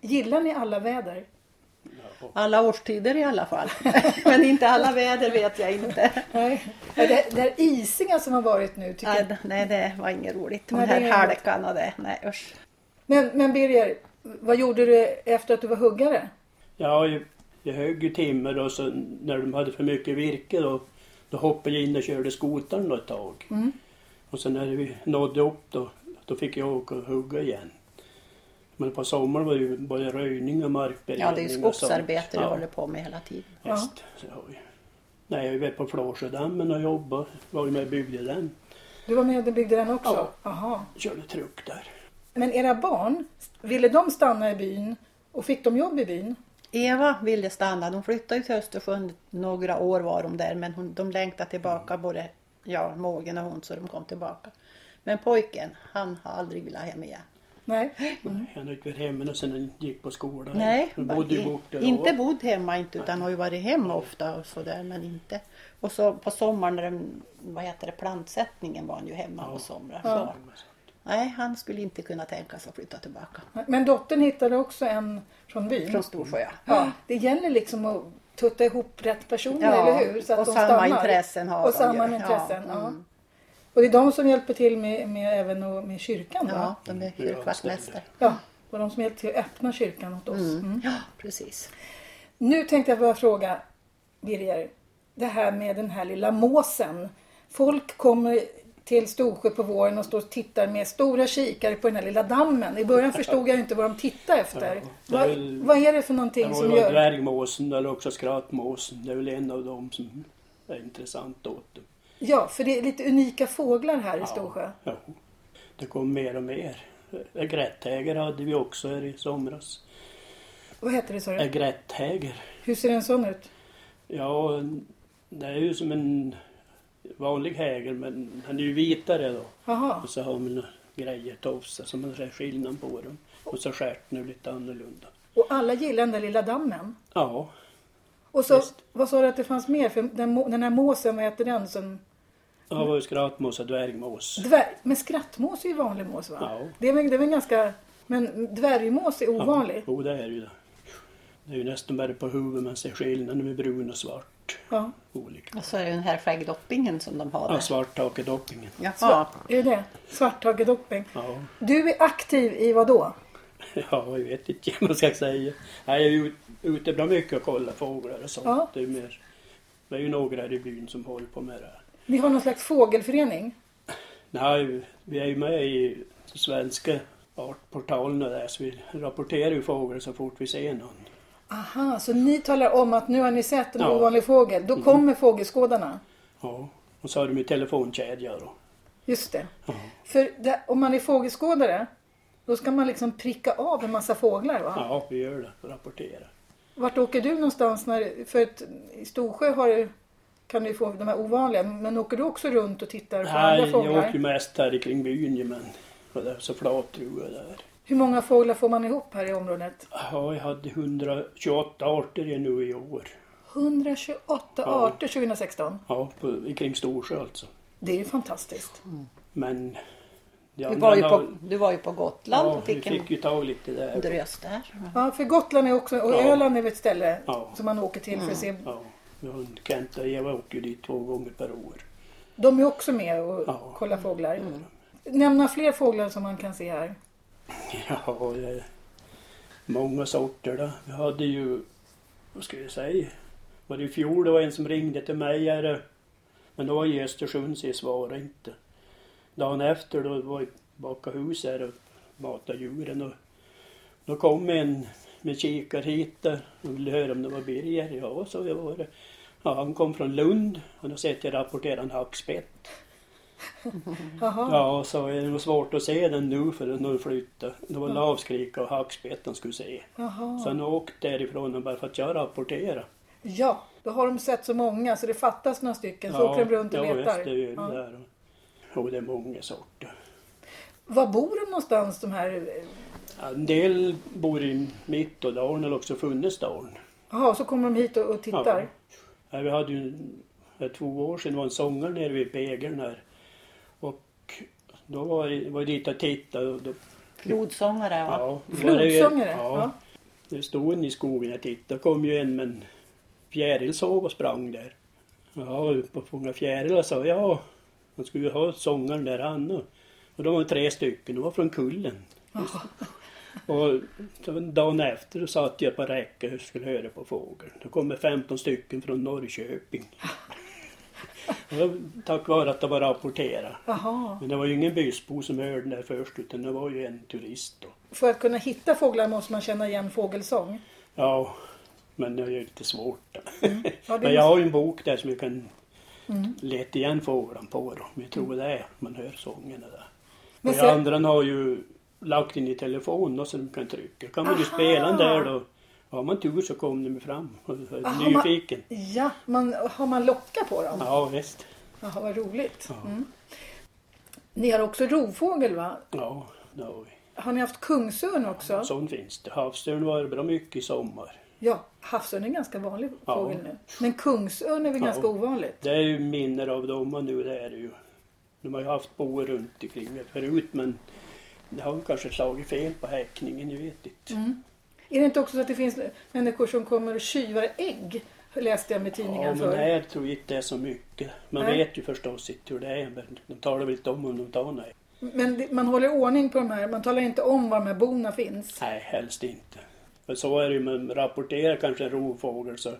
[SPEAKER 1] Gillar ni alla väder?
[SPEAKER 2] Alla årstider i alla fall. men inte alla väder vet jag inte.
[SPEAKER 1] Nej. Ja, Det, det här isiga som har varit nu tycker jag.
[SPEAKER 2] Nej, nej, det var inget roligt. Den
[SPEAKER 1] Nej, det är
[SPEAKER 2] här
[SPEAKER 1] inget.
[SPEAKER 2] halkan och det. Nej, usch.
[SPEAKER 1] Men, men Birger, vad gjorde du efter att du var huggare?
[SPEAKER 3] Ja, jag, jag högg ju timmer och så när de hade för mycket virke då, då hoppade jag in och körde skotaren då ett tag.
[SPEAKER 1] Mm.
[SPEAKER 3] Och sen när vi nådde upp då, då fick jag åka och hugga igen. Men på sommaren var det ju både röjning och markberedning.
[SPEAKER 2] Ja, det är ju
[SPEAKER 3] och sånt.
[SPEAKER 2] skogsarbete du
[SPEAKER 3] Ja,
[SPEAKER 2] håller på med hela tiden.
[SPEAKER 1] Ja.
[SPEAKER 3] Visst. Så jag har ju- Nej, jag har ju varit på Flåsjödammen och jobbat. Var ju med och byggde den.
[SPEAKER 1] Du var med och byggde den också?
[SPEAKER 3] Ja.
[SPEAKER 1] Aha.
[SPEAKER 3] Körde truck där.
[SPEAKER 1] Men era barn, ville de stanna i byn och fick de jobb i byn?
[SPEAKER 2] Eva ville stanna. De flyttade ju till Östersund. Några år var de där men hon, de längtade tillbaka både jag, Mågen och hon så de kom tillbaka. Men pojken, han har aldrig velat hem igen.
[SPEAKER 1] Nej.
[SPEAKER 3] Han har inte varit hemma och sen han gick på skolan.
[SPEAKER 2] Nej,
[SPEAKER 3] han bodde ju
[SPEAKER 2] i-
[SPEAKER 3] bort där
[SPEAKER 2] inte
[SPEAKER 3] då.
[SPEAKER 2] bodde hemma inte utan har ju varit hemma ofta och sådär men inte. Och så på sommaren, när den, vad heter det, plantsättningen var han ju hemma på somrar. Så. Nej, han skulle inte kunna tänka sig att flytta tillbaka
[SPEAKER 1] Men dottern hittade också en från byn?
[SPEAKER 2] från Storsjö.
[SPEAKER 1] Ja, det gäller liksom att tutta ihop rätt personer,
[SPEAKER 2] Ja,
[SPEAKER 1] eller hur? Så att
[SPEAKER 2] och
[SPEAKER 1] de
[SPEAKER 2] samma
[SPEAKER 1] stannar.
[SPEAKER 2] intressen har
[SPEAKER 1] Och
[SPEAKER 2] de
[SPEAKER 1] samma
[SPEAKER 2] ju. Ja,
[SPEAKER 1] intressen, ja.
[SPEAKER 2] mm.
[SPEAKER 1] Och det är de som hjälper till med, med även och med kyrkan, va?
[SPEAKER 2] Ja, de är kyrkvaktmästare.
[SPEAKER 1] Ja. Och de som hjälper till att öppna kyrkan åt oss. Mm.
[SPEAKER 2] Ja, precis.
[SPEAKER 1] Nu tänkte jag bara fråga Birger, det här med den här lilla måsen. Folk kommer till Storsjö på våren och står och tittar med stora kikare på den här lilla dammen. I början förstod jag ju inte vad de tittade efter.
[SPEAKER 3] Ja, det är
[SPEAKER 1] vad,
[SPEAKER 3] väl-
[SPEAKER 1] vad är det för
[SPEAKER 3] Det
[SPEAKER 1] någonting
[SPEAKER 3] var
[SPEAKER 1] som
[SPEAKER 3] ju
[SPEAKER 1] gör...
[SPEAKER 3] dvärgmåsen eller också skrattmåsen. Det är väl en av dem som är intressant åt dem.
[SPEAKER 1] Ja, för det är lite unika fåglar här i Storsjö.
[SPEAKER 3] Ja. Det kom mer och mer. Eh, Grättäger hade vi också här i somras.
[SPEAKER 1] Vad heter det sa
[SPEAKER 3] Eh,
[SPEAKER 1] du?
[SPEAKER 3] Grättäger.
[SPEAKER 1] Hur ser en sån ut?
[SPEAKER 3] Ja, det är ju som en vanlig häger men han är ju vitare då.
[SPEAKER 1] Jaha.
[SPEAKER 3] Och så har man några grejer, tofsar, så man ser skillnad på dem. Och så stjärten är lite annorlunda.
[SPEAKER 1] Och alla gillar den där lilla dammen.
[SPEAKER 3] Ja,
[SPEAKER 1] Och så,
[SPEAKER 3] Visst.
[SPEAKER 1] vad sa du att det fanns mer? För den, må- den här måsen, vad heter den? Som
[SPEAKER 3] det var ju skrattmås och dvärgmås.
[SPEAKER 1] dvärg, men skrattmås är ju vanlig mås va?
[SPEAKER 3] Ja.
[SPEAKER 1] Det, är väl, det är väl ganska... Men dvärgmås är ovanlig.
[SPEAKER 3] Jo, det är det ju det. Det är ju nästan bara på huvudet man ser skillnaden med brun och svart.
[SPEAKER 1] Ja.
[SPEAKER 3] Olika.
[SPEAKER 2] Och så är det den här skäggdoppingen som de har där.
[SPEAKER 3] Ja, svarttakedoppingen.
[SPEAKER 2] Jaha.
[SPEAKER 1] Är det det? Svarttagedopping.
[SPEAKER 3] Ja, [LAUGHS]
[SPEAKER 1] Du är aktiv i vad då?
[SPEAKER 3] ja, jag vet inte vad man ska säga. Nej, jag är ju ute bra mycket och kollar fåglar och sånt.
[SPEAKER 1] Ja.
[SPEAKER 3] Det, är mer, det är ju några här i byn som håller på med det här.
[SPEAKER 1] Vi har någon slags fågelförening.
[SPEAKER 3] Nej, vi är ju med i svenska artportalen och där, så vi rapporterar ju fåglar så fort vi ser någon.
[SPEAKER 1] Aha, så ni talar om att nu har ni sett en
[SPEAKER 3] Ja. Mm.
[SPEAKER 1] ovanlig fågel. Då kommer fågelskådarna.
[SPEAKER 3] Ja, och så har de ju telefonkedja då.
[SPEAKER 1] Just det.
[SPEAKER 3] Ja.
[SPEAKER 1] För det, om man är fågelskådare, då ska man liksom pricka av en massa fåglar va?
[SPEAKER 3] ja, vi gör det, rapporterar.
[SPEAKER 1] Vart åker du någonstans? När, för att i Storsjö har, du- kan du ju få de här ovanliga, men åker du också runt och tittar på
[SPEAKER 3] Nej,
[SPEAKER 1] andra
[SPEAKER 3] jag
[SPEAKER 1] fåglar?
[SPEAKER 3] åker ju mest här i kring byn ju, men och där, så flatrua där.
[SPEAKER 1] Hur många fåglar får man ihop här i området?
[SPEAKER 3] Ja, jag hade 128 arter i nu i år.
[SPEAKER 1] 128
[SPEAKER 3] Ja.
[SPEAKER 1] arter 2016.
[SPEAKER 3] Ja, på, i kring Storsjö alltså.
[SPEAKER 1] Det är ju fantastiskt.
[SPEAKER 3] Men... det
[SPEAKER 2] Du
[SPEAKER 3] andra
[SPEAKER 2] var, ju
[SPEAKER 3] har-
[SPEAKER 2] på, du var ju på Gotland
[SPEAKER 3] Ja,
[SPEAKER 2] och
[SPEAKER 3] vi
[SPEAKER 2] fick en
[SPEAKER 3] fick ju ta lite där.
[SPEAKER 2] drös där.
[SPEAKER 1] Ja, för Gotland är också, och
[SPEAKER 3] Ja.
[SPEAKER 1] Öland är väl ett ställe
[SPEAKER 3] Ja. Mm.
[SPEAKER 1] som man åker till för att se.
[SPEAKER 3] Ja, vi har en Kent och Eva åker ju dit två gånger per år.
[SPEAKER 1] De är också med och
[SPEAKER 3] Ja. Mm.
[SPEAKER 1] kollar fåglar. Nämna fler fåglar som man kan se här.
[SPEAKER 3] [LAUGHS] Ja, det är många sorter då. Vi hade ju, vad ska jag säga, var det i fjol det var en som ringde till mig är det, men då var jag i Östersund så jag svarade inte. Dagen efter då var jag baka hus här och mata djuren och då kom en med kikar hit där och ville höra om det var Birger. Ja, så jag var det. Ja, han kom från Lund. Han har sett jag rapportera en hackspett.
[SPEAKER 1] Jaha.
[SPEAKER 3] Ja, så är det nog svårt att se den nu för den har flyttat. Det var lavskrika och hackspett han skulle se.
[SPEAKER 1] Jaha.
[SPEAKER 3] Så han åkte därifrån bara för att jag rapporterade.
[SPEAKER 1] Ja, då har de sett så många så det fattas några stycken. Så åker de runt och
[SPEAKER 3] ja,
[SPEAKER 1] letar.
[SPEAKER 3] Just det, det är
[SPEAKER 1] Ja.
[SPEAKER 3] där. Och, och det är många sorter.
[SPEAKER 1] Var bor de någonstans de här? eh,
[SPEAKER 3] Ja, En del bor i Mittådalen eller också Funnesdalen.
[SPEAKER 1] Jaha, så kommer de hit och, och tittar?
[SPEAKER 3] Ja. Ja, vi hade ju en- för två år sedan var en sångare nere vid Bägern här. Och då var jag, var jag dit och tittade. Och då,
[SPEAKER 2] Flodsångare, ja.
[SPEAKER 3] ja, då var det ju-
[SPEAKER 1] Flodsångare?
[SPEAKER 3] ja. Det stod en i skogen och tittade. kom ju en med en fjäril sov och sprang där. Ja, upp och fånga fjärilar sa jag. Ja, de skulle ju ha sångaren där han. Och de var tre stycken. De var från kullen. Och så dagen efter så satt jag på räcket och skulle höra på fågeln. Då kommer 15 stycken från Norrköping. Och Tack vare att det var rapporterat.
[SPEAKER 1] Jaha.
[SPEAKER 3] Men det var ju ingen bysbo som hörde den där först utan det var ju en turist. Då.
[SPEAKER 1] För att kunna hitta fåglar måste man känna igen fågelsång.
[SPEAKER 3] Ja, men det är ju lite svårt.
[SPEAKER 1] Mm. Ja, det Mm.
[SPEAKER 3] men jag har ju en bok där som jag kan leta igen fåglarna på. Då. Men jag tror det är, man hör sången och det.
[SPEAKER 1] Men
[SPEAKER 3] Men
[SPEAKER 1] för-
[SPEAKER 3] för... andra har ju lagt in i telefonen då, så de kan trycka. kan man ju
[SPEAKER 1] Aha.
[SPEAKER 3] spela den där då. Har man tur så kommer de fram. och är
[SPEAKER 1] Ah, har
[SPEAKER 3] Nyfiken.
[SPEAKER 1] Man, ja, man, har man locka på dem?
[SPEAKER 3] Ja visst.
[SPEAKER 1] Jaha, vad roligt. Mm.
[SPEAKER 3] Ja,
[SPEAKER 1] Ni har också rovfågel va?
[SPEAKER 3] ja det har vi.
[SPEAKER 1] Har ni haft kungsörn också?
[SPEAKER 3] Sån finns det. Havsörn var det bra mycket i sommar.
[SPEAKER 1] Ja, havsörn är en ganska vanlig
[SPEAKER 3] Ja.
[SPEAKER 1] fågel nu. Men kungsörn är väl
[SPEAKER 3] Ja.
[SPEAKER 1] ganska ovanligt?
[SPEAKER 3] Det är ju minner av dem och nu det är det ju. De har ju haft boer runt omkring det förut men det har väl kanske slagit fel på häckningen, jag vet inte.
[SPEAKER 1] Är det inte också så att det finns människor som kommer och tjuvar ägg? Läste jag med tidningen
[SPEAKER 3] Ja, men
[SPEAKER 1] förr.
[SPEAKER 3] här tror jag inte det är så mycket. Man
[SPEAKER 1] Nej.
[SPEAKER 3] vet ju förstås inte hur det är men de talar väl inte om om de tar nej.
[SPEAKER 1] Men det- man håller ordning på de här. Man talar inte om var de här bona finns.
[SPEAKER 3] Nej, helst inte. För så är det ju, man rapporterar kanske en rovfågel så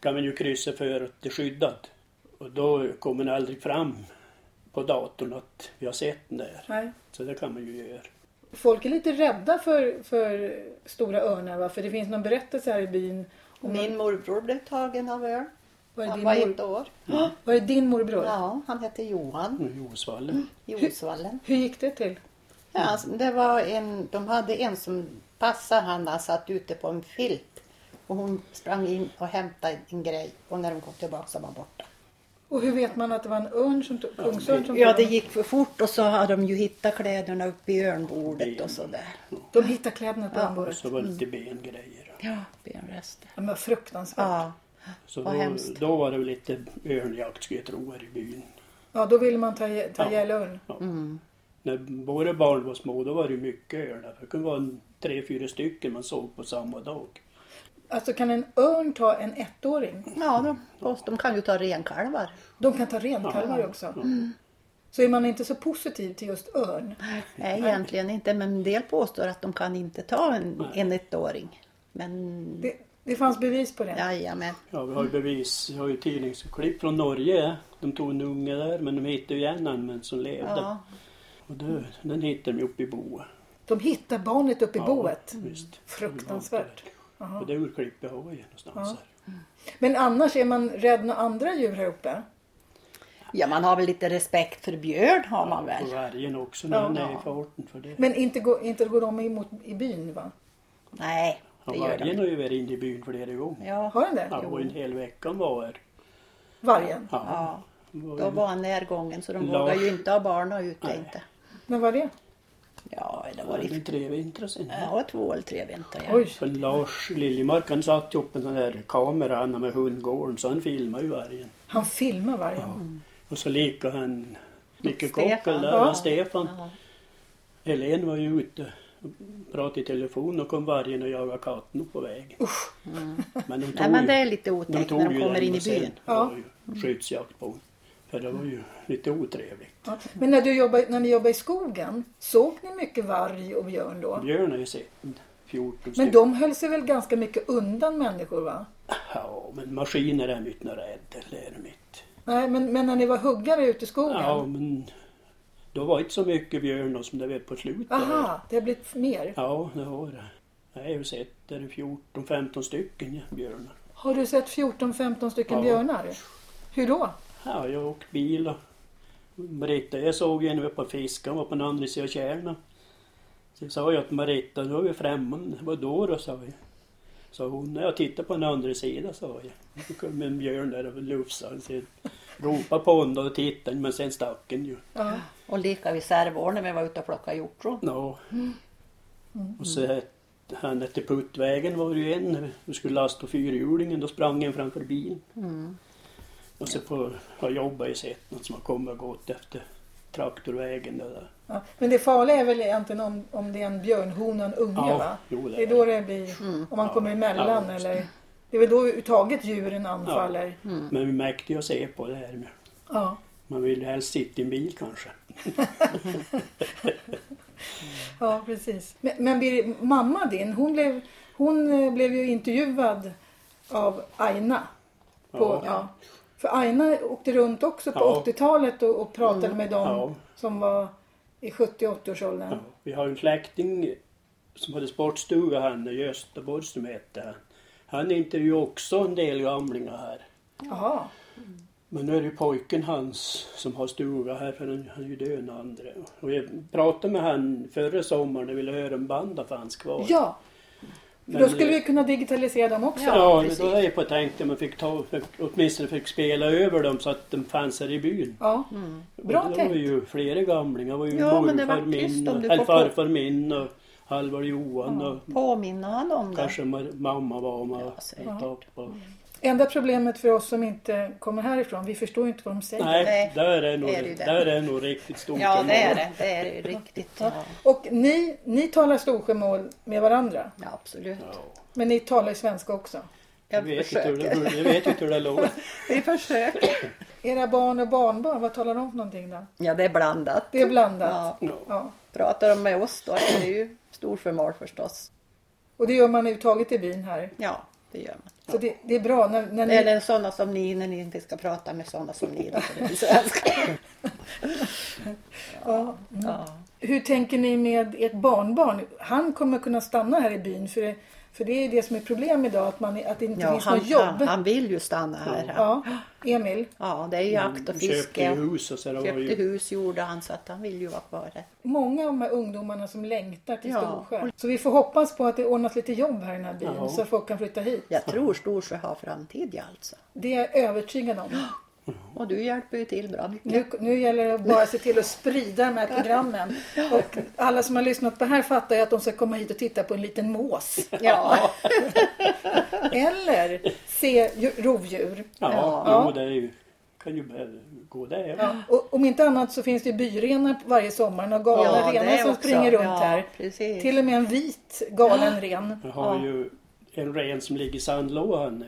[SPEAKER 3] kan man ju kryssa för att det är skyddat. Och då kommer det aldrig fram på datorn att vi har sett den där.
[SPEAKER 1] Nej.
[SPEAKER 3] Så det kan man ju göra.
[SPEAKER 1] Folk är lite rädda för, för stora örnar va? För det finns någon berättelse här i byn. Om
[SPEAKER 2] Min morbror blev tagen av örn.
[SPEAKER 1] Var det
[SPEAKER 2] Han
[SPEAKER 1] din,
[SPEAKER 2] var ett
[SPEAKER 1] mor,
[SPEAKER 2] år.
[SPEAKER 1] var det din morbror?
[SPEAKER 2] Ja, han hette Johan
[SPEAKER 3] Nu i Osvallen.
[SPEAKER 2] i Osvallen.
[SPEAKER 1] Hur gick det till?
[SPEAKER 2] Ja, alltså, det var en, de hade en som passade han, han satt ute på en filt. Och hon sprang in och hämtade en grej och när de kom tillbaka så var han borta.
[SPEAKER 1] Och hur vet man att det var en örn som tog, kungsörn som
[SPEAKER 2] Ja,
[SPEAKER 1] tog
[SPEAKER 2] det
[SPEAKER 1] dem?
[SPEAKER 2] gick för fort och så har de ju hittat kläderna uppe i örnbordet och sådär.
[SPEAKER 1] De hittade kläderna på ja.
[SPEAKER 3] Och så var det lite
[SPEAKER 2] mm.
[SPEAKER 3] bengrejer.
[SPEAKER 2] Ja, benrester.
[SPEAKER 1] Ja, men fruktansvärt. Ja.
[SPEAKER 2] Ja.
[SPEAKER 3] Så
[SPEAKER 2] Vad
[SPEAKER 3] då,
[SPEAKER 2] hemskt.
[SPEAKER 3] då var det väl lite örnjakt skulle jag tro här i byn.
[SPEAKER 1] då vill man ta, ta
[SPEAKER 3] Ja.
[SPEAKER 1] ihjäl örn.
[SPEAKER 3] Ja.
[SPEAKER 2] Mm.
[SPEAKER 3] När våra barn var små då var det ju mycket örnar. Det kunde vara en, tre, fyra stycken man såg på samma dag.
[SPEAKER 1] Alltså kan en örn ta en ettåring?
[SPEAKER 2] Ja, de, och de kan ju ta renkalvar.
[SPEAKER 1] De kan ta renkalvar också. Så är man inte så positiv till just örn.
[SPEAKER 2] Nej, egentligen inte. Men en del påstår att de kan inte ta en, en ettåring. Men
[SPEAKER 1] Det, det fanns bevis på det.
[SPEAKER 2] jajamän.
[SPEAKER 3] Ja, vi har ju
[SPEAKER 2] Mm.
[SPEAKER 3] bevis. Vi har ju tidningsklipp från Norge. De tog en unge där men de hittade ju igen han, men som levde.
[SPEAKER 2] Ja.
[SPEAKER 3] Och det, den hittade de uppe i boet.
[SPEAKER 1] De hittar barnet uppe i boet.
[SPEAKER 2] Mm.
[SPEAKER 3] Visst.
[SPEAKER 1] Fruktansvärt.
[SPEAKER 3] Och det urklippet har vi ju någonstans här.
[SPEAKER 1] Men annars är man rädd när andra djur här uppe.
[SPEAKER 2] ja, man har väl lite respekt för björn har man
[SPEAKER 3] Och
[SPEAKER 2] väl.
[SPEAKER 3] vargen också när den är i farten för det.
[SPEAKER 1] Men inte, gå, inte går de emot i byn va?
[SPEAKER 2] Nej,
[SPEAKER 3] Ja,
[SPEAKER 2] det gör de
[SPEAKER 3] vargen
[SPEAKER 2] inte.
[SPEAKER 3] har ju varit inne i byn flera gånger.
[SPEAKER 1] Har
[SPEAKER 2] Ja.
[SPEAKER 1] den det?
[SPEAKER 3] Ja, och en hel vecka han var här.
[SPEAKER 1] Vargen?
[SPEAKER 3] Ja.
[SPEAKER 2] ja,
[SPEAKER 3] Var
[SPEAKER 2] då
[SPEAKER 3] ju-
[SPEAKER 2] var han närgången så de
[SPEAKER 3] Lars-
[SPEAKER 2] vågar ju inte ha barnen ute
[SPEAKER 3] Nej.
[SPEAKER 2] inte.
[SPEAKER 1] När var det?
[SPEAKER 2] Ja, det
[SPEAKER 3] Ja,
[SPEAKER 2] var
[SPEAKER 3] det är
[SPEAKER 2] i
[SPEAKER 3] tre vintrar sedan.
[SPEAKER 2] ja, två eller tre vintrar. Ja.
[SPEAKER 1] Oj.
[SPEAKER 3] För Lars Liljemark han satte upp en sån där kamera han har med hundgården så han filmade ju vargen.
[SPEAKER 1] Han filmar vargen.
[SPEAKER 3] Och så likade han Micke
[SPEAKER 2] Stefan.
[SPEAKER 3] Kockel där,
[SPEAKER 1] Ja.
[SPEAKER 3] ja. Stefan. Helen var ju ute och pratade i telefon och kom vargen och jagade katten upp på vägen. Men de tog,
[SPEAKER 2] Mm. Nej, men det är
[SPEAKER 3] ju-
[SPEAKER 2] lite
[SPEAKER 3] de
[SPEAKER 2] otäckt
[SPEAKER 3] tog
[SPEAKER 2] när de
[SPEAKER 3] ju
[SPEAKER 2] kommer
[SPEAKER 3] den
[SPEAKER 2] in i
[SPEAKER 3] och sen
[SPEAKER 2] byn.
[SPEAKER 1] Ja.
[SPEAKER 3] var ju skyddsjakt på den. För det var ju lite otrevligt.
[SPEAKER 1] Ja. Men när, du jobbar, när ni jobbade i skogen, såg ni mycket varg och björn då?
[SPEAKER 3] Björn har ju sett 14
[SPEAKER 1] Men
[SPEAKER 3] stycken.
[SPEAKER 1] de höll sig väl ganska mycket undan människor va?
[SPEAKER 3] Ja, men maskiner är mitt när rädd, det är mitt.
[SPEAKER 1] Nej, men, men när ni var huggare ute i skogen?
[SPEAKER 3] Ja, men då var det inte så mycket björn då som det var på slutet.
[SPEAKER 1] Aha, det har blivit mer.
[SPEAKER 3] Ja, det var det. Jag har ju sett där det är 14-15 stycken ja, björnar.
[SPEAKER 1] Har du sett 14-15 stycken
[SPEAKER 3] Ja.
[SPEAKER 1] björnar? Hur då?
[SPEAKER 3] Ja, jag har åkt bil och Marita, jag såg en uppe på Fiskan, var på den andra sidan tjärna. Så sa jag till Marita, nu är vi främmande. Vadå då, sa jag. Så hon, när jag tittar på den andra sidan, sa jag. Då kom en björn där och lufsade. Så jag ropade på honom och tittade, men sen stack den ju.
[SPEAKER 1] Ja.
[SPEAKER 2] Och leka vid Särvår när vi var ute och plockade hjortron.
[SPEAKER 3] Ja. Och så han efter puttvägen var det ju en. Vi skulle lasta fyrhjulingen, då sprang en framför bilen. Och så på, har jag bara sett något som har kommit och gått efter traktorvägen. Det där.
[SPEAKER 1] Ja. Men det farliga är väl egentligen om, om det är en björnhona och en unge
[SPEAKER 3] Ja,
[SPEAKER 1] va?
[SPEAKER 3] jo, det
[SPEAKER 1] det är
[SPEAKER 3] är
[SPEAKER 1] då det blir, om man
[SPEAKER 3] Ja,
[SPEAKER 1] kommer emellan
[SPEAKER 3] ja, visst.
[SPEAKER 1] eller? Det är väl då överhuvudtaget djuren anfaller? Ja.
[SPEAKER 3] Men vi märkte ju att se på det här med. Man vill ju helst sitta i en bil kanske.
[SPEAKER 1] Ja, precis. Men, men Birgit, mamma din, hon blev, hon eh, blev ju intervjuad av Aina. På, ja.
[SPEAKER 3] Ja.
[SPEAKER 1] För Aina åkte runt också på
[SPEAKER 3] Ja. Mm.
[SPEAKER 1] 80-talet och, och pratade med dem
[SPEAKER 3] Ja.
[SPEAKER 1] som var i 70-80-årsåldern.
[SPEAKER 3] Ja, vi har en släkting som hade sportstuga här nere, Gösta Borgström hette han. Han intervjuade också en del gamlingar här.
[SPEAKER 1] Jaha.
[SPEAKER 3] Men nu är det ju pojken hans som har stuga här för han, han är ju död den andra. Och jag pratade med han förra sommaren och ville höra om banda fanns kvar.
[SPEAKER 1] Ja, för då
[SPEAKER 3] Men-
[SPEAKER 1] skulle vi kunna digitalisera dem också.
[SPEAKER 2] Ja,
[SPEAKER 3] Ja,
[SPEAKER 2] precis.
[SPEAKER 3] det var det jag tänkte. Man fick ta, fick, åtminstone fick spela över dem så att de fanns här i byn.
[SPEAKER 1] Ja. Bra
[SPEAKER 3] Och Det var
[SPEAKER 1] tänkt.
[SPEAKER 3] ju flera gamlingar. Det var ju
[SPEAKER 2] Ja, men det
[SPEAKER 3] morfar
[SPEAKER 2] var tyst
[SPEAKER 3] min,
[SPEAKER 2] om
[SPEAKER 3] och,
[SPEAKER 2] det.
[SPEAKER 3] eller farfar min och Halvar Johan och
[SPEAKER 2] Påminna honom om det.
[SPEAKER 3] Mm. kanske ma- mamma var och mamma
[SPEAKER 2] Ja, Mm. säkert.
[SPEAKER 3] och,
[SPEAKER 1] Enda problemet för oss som inte kommer härifrån, vi förstår ju inte vad de säger.
[SPEAKER 3] Nej,
[SPEAKER 2] Nej,
[SPEAKER 3] där är nog,
[SPEAKER 2] är det ju det.
[SPEAKER 3] där är nog riktigt stort.
[SPEAKER 2] Ja,
[SPEAKER 3] ändå.
[SPEAKER 2] det är det. Det är det riktigt. Ja,
[SPEAKER 1] Och ni, ni talar storsjömål med varandra,
[SPEAKER 2] ja absolut.
[SPEAKER 3] Ja.
[SPEAKER 1] men ni talar ju svenska också.
[SPEAKER 2] Jag
[SPEAKER 3] Jag vet, inte hur det,
[SPEAKER 2] försöker.
[SPEAKER 3] jag vet inte hur
[SPEAKER 2] [LAUGHS]
[SPEAKER 3] det låter.
[SPEAKER 2] Vi försöker.
[SPEAKER 1] Era barn och barnbarn, vad talar de för någonting då?
[SPEAKER 2] Ja, det är blandat.
[SPEAKER 1] Det är blandat.
[SPEAKER 2] Ja,
[SPEAKER 3] Ja.
[SPEAKER 1] Ja.
[SPEAKER 2] pratar de med oss då är det ju storförmål förstås.
[SPEAKER 1] Och det gör man överhuvudtaget i byn här.
[SPEAKER 2] Ja, det gör man.
[SPEAKER 1] Så det, det är bra när, när ni...
[SPEAKER 2] Eller sådana som ni när ni inte ska prata med sådana som ni. Då, för det blir svenska.
[SPEAKER 1] [LAUGHS] ja.
[SPEAKER 2] Ja.
[SPEAKER 1] Hur tänker ni med ert barnbarn? Han kommer kunna stanna här i byn för det, för det är det som är problem idag, att, man, att det inte
[SPEAKER 2] Ja,
[SPEAKER 1] finns
[SPEAKER 2] han,
[SPEAKER 1] något jobb.
[SPEAKER 2] han, han vill ju stanna här. Ja,
[SPEAKER 1] Ja, Emil,
[SPEAKER 2] det är ju jakt och
[SPEAKER 3] Köpte ju
[SPEAKER 2] fiske.
[SPEAKER 3] hus och så det var
[SPEAKER 2] Köpte
[SPEAKER 3] ju...
[SPEAKER 2] hus gjorde han så att han vill ju vara kvar här.
[SPEAKER 1] många av de här ungdomarna som längtar till
[SPEAKER 2] Ja.
[SPEAKER 1] Storsjö. Så vi får hoppas på att det ordnas lite jobb här i den här byn
[SPEAKER 3] Ja.
[SPEAKER 1] så att folk kan flytta hit.
[SPEAKER 2] Jag tror Storsjö har framtid ja, alltså.
[SPEAKER 1] Det är jag övertygad om.
[SPEAKER 2] Och du hjälper ju till bra mycket.
[SPEAKER 1] Nu, nu gäller det bara att se till att sprida de här programmen. Och alla som har lyssnat på det här fattar ju att de ska komma hit och titta på en liten mås.
[SPEAKER 2] Ja,
[SPEAKER 1] Eller se ju- rovdjur.
[SPEAKER 3] Ja,
[SPEAKER 1] Ja.
[SPEAKER 3] Jo, det är ju, kan ju be- gå där.
[SPEAKER 1] Ja, och om inte annat så finns det ju byrenar varje sommar. Några galna
[SPEAKER 2] Ja, det
[SPEAKER 1] renar som
[SPEAKER 2] också.
[SPEAKER 1] springer runt
[SPEAKER 2] Ja,
[SPEAKER 1] här.
[SPEAKER 2] precis.
[SPEAKER 1] Till och med en vit galen ren.
[SPEAKER 3] Jag har ju en ren som ligger i sandlådan.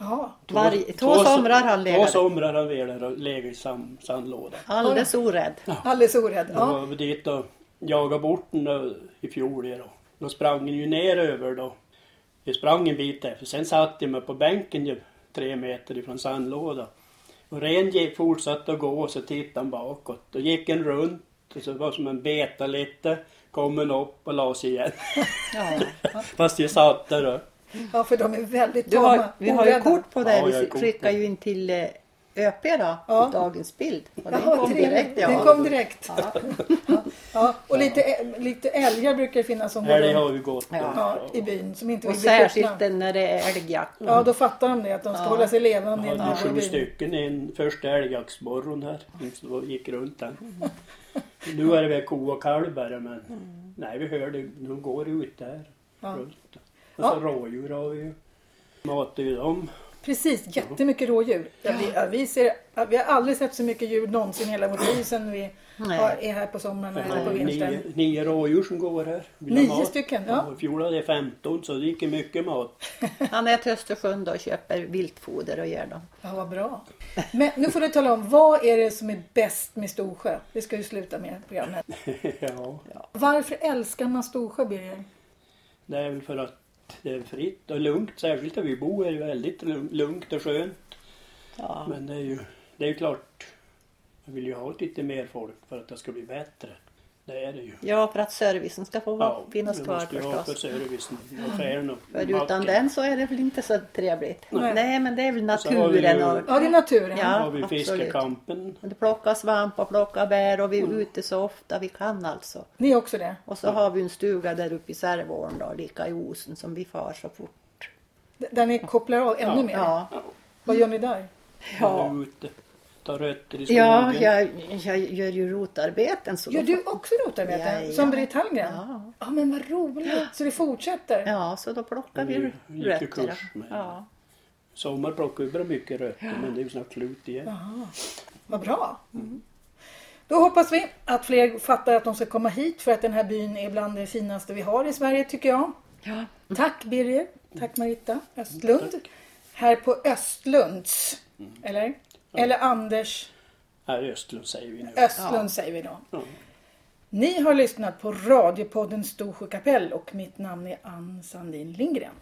[SPEAKER 1] Ja.
[SPEAKER 2] Varje, två somrar har han
[SPEAKER 3] legat.
[SPEAKER 2] legat.
[SPEAKER 3] Två somrar har han velat ha- legat i sam, sandlådan.
[SPEAKER 2] Alldeles orädd.
[SPEAKER 1] Alldeles orädd.
[SPEAKER 3] Jag
[SPEAKER 1] Ja.
[SPEAKER 3] var dit och jagade bort den då i fjol. ja, Då. då sprang den ju ner över då. Jag sprang en bit efter. Sen satte jag mig på bänken ju tre meter ifrån sandlådan. Och ren gick- fortsatte att gå och så tittade han bakåt. Då gick en runt och så var som en beta lite. Kom en upp och la sig igen.
[SPEAKER 2] Ja.
[SPEAKER 3] [LAUGHS] Fast jag satt där då.
[SPEAKER 1] ja, för de är väldigt
[SPEAKER 2] Du
[SPEAKER 1] tama.
[SPEAKER 2] har, vi har ju
[SPEAKER 1] orädda.
[SPEAKER 2] kort på det.
[SPEAKER 3] Ja, jag har
[SPEAKER 2] vi
[SPEAKER 3] kort
[SPEAKER 2] skickar
[SPEAKER 3] på.
[SPEAKER 2] ju in till eh, ÖP då,
[SPEAKER 1] Ja.
[SPEAKER 2] dagens bild. Och den
[SPEAKER 1] Jaha,
[SPEAKER 2] kom
[SPEAKER 1] trevligt.
[SPEAKER 2] direkt. Ja.
[SPEAKER 1] Den kom direkt.
[SPEAKER 2] Ja.
[SPEAKER 1] Ja, och lite, ä- lite älgar brukar det finnas som går
[SPEAKER 3] Älg
[SPEAKER 1] runt
[SPEAKER 3] har ju gått.
[SPEAKER 2] Ja.
[SPEAKER 1] ja, i byn som inte
[SPEAKER 2] Och
[SPEAKER 1] vill bli
[SPEAKER 2] särskilt
[SPEAKER 1] skjutna.
[SPEAKER 2] den när det är älgjakt.
[SPEAKER 1] Ja, då fattar de det att de ska hålla sig
[SPEAKER 3] Jag
[SPEAKER 1] levande innan
[SPEAKER 3] hade
[SPEAKER 1] de går
[SPEAKER 3] sju
[SPEAKER 1] i byn.
[SPEAKER 3] stycken i en första älgjaktsmorgon här. Så gick runt den. Nu är det väl ko och kalv bara men nej vi hör det, de går ut där.
[SPEAKER 1] Mm. Ja.
[SPEAKER 3] Runt. Och
[SPEAKER 1] Ja.
[SPEAKER 3] så rådjur har vi ju. Matar ju dem.
[SPEAKER 1] Precis, jättemycket rådjur. Ja, vi, ja, vi, ser, ja, vi har aldrig sett så mycket djur någonsin i hela vårt liv sedan vi
[SPEAKER 2] Nej.
[SPEAKER 1] har, är här på sommaren
[SPEAKER 3] Jag
[SPEAKER 1] eller på
[SPEAKER 3] har nio,
[SPEAKER 1] vintern.
[SPEAKER 3] nio rådjur som går här. Vill ha
[SPEAKER 1] Nio
[SPEAKER 3] mat.
[SPEAKER 1] stycken, ja.
[SPEAKER 3] I fjol hade jag 15 så det gick ju mycket mat. [LAUGHS]
[SPEAKER 2] Han är till Östersund då och köper viltfoder och ger dem.
[SPEAKER 1] Ja, vad bra. Men nu får du tala om, vad är det som är bäst med Storsjö? Det ska ju sluta med programmet.
[SPEAKER 3] ja.
[SPEAKER 1] Varför älskar man Storsjö, Birger?
[SPEAKER 3] Det är väl för att det är fritt och lugnt. Särskilt där vi bor är det väldigt lugn- lugnt och skönt.
[SPEAKER 2] Ja.
[SPEAKER 3] Men det är ju, det är ju klart, jag vill ju ha lite mer folk för att det ska bli bättre. Det är det ju.
[SPEAKER 2] ja, för att servicen ska få vara- finnas kvar
[SPEAKER 3] Det måste ju ha för
[SPEAKER 2] förstås.
[SPEAKER 3] servicen, affären och
[SPEAKER 2] För utan
[SPEAKER 3] macken.
[SPEAKER 2] den så är det väl inte så trevligt.
[SPEAKER 1] Nej.
[SPEAKER 2] Nej, men det är väl
[SPEAKER 3] så har vi ju-
[SPEAKER 2] naturen och
[SPEAKER 1] Ja, det är naturen.
[SPEAKER 3] Då
[SPEAKER 2] Ja.
[SPEAKER 3] har vi
[SPEAKER 2] absolut.
[SPEAKER 3] fiskekampen.
[SPEAKER 2] och det plockar svamp och plockar bär och vi är
[SPEAKER 3] Mm.
[SPEAKER 2] ute så ofta vi kan alltså.
[SPEAKER 1] Ni är också det?
[SPEAKER 2] Och så har vi en stuga där uppe i Särvården då, lika i Osen som vi far så fort.
[SPEAKER 1] D- Där ni kopplar av ännu mer?
[SPEAKER 2] Ja,
[SPEAKER 1] Vad gör ni där?
[SPEAKER 2] Ja.
[SPEAKER 3] Då är vi Ute, tar rötter i skogen.
[SPEAKER 2] ja jag, jag gör ju rotarbeten. Så
[SPEAKER 1] Gör
[SPEAKER 2] då-
[SPEAKER 1] du också rotarbete?
[SPEAKER 2] Ja, ja.
[SPEAKER 1] Som Britt Hallgren?
[SPEAKER 2] Ja.
[SPEAKER 1] ja, men vad roligt! Så det fortsätter?
[SPEAKER 2] Ja, så då plockar vi
[SPEAKER 3] Vi gick ju
[SPEAKER 2] rötter. då.
[SPEAKER 3] kurs med-
[SPEAKER 2] Ja.
[SPEAKER 3] Sommar plockar vi bra mycket rötter men det är ju snart slut igen.
[SPEAKER 1] Vad bra! Då hoppas vi att fler fattar att de ska komma hit för att den här byn är bland det finaste vi har i Sverige tycker jag.
[SPEAKER 2] Ja.
[SPEAKER 1] Tack Birger, tack Marita
[SPEAKER 2] Mm.
[SPEAKER 1] Östlund. Här på Östlunds, eller? Eller Anders
[SPEAKER 3] Nej, Östlund säger vi nu.
[SPEAKER 1] Östlund säger vi då.
[SPEAKER 3] Ja.
[SPEAKER 1] Ni har lyssnat på radiopodden Storsjö kapell och mitt namn är Ann Sandin Lindgren.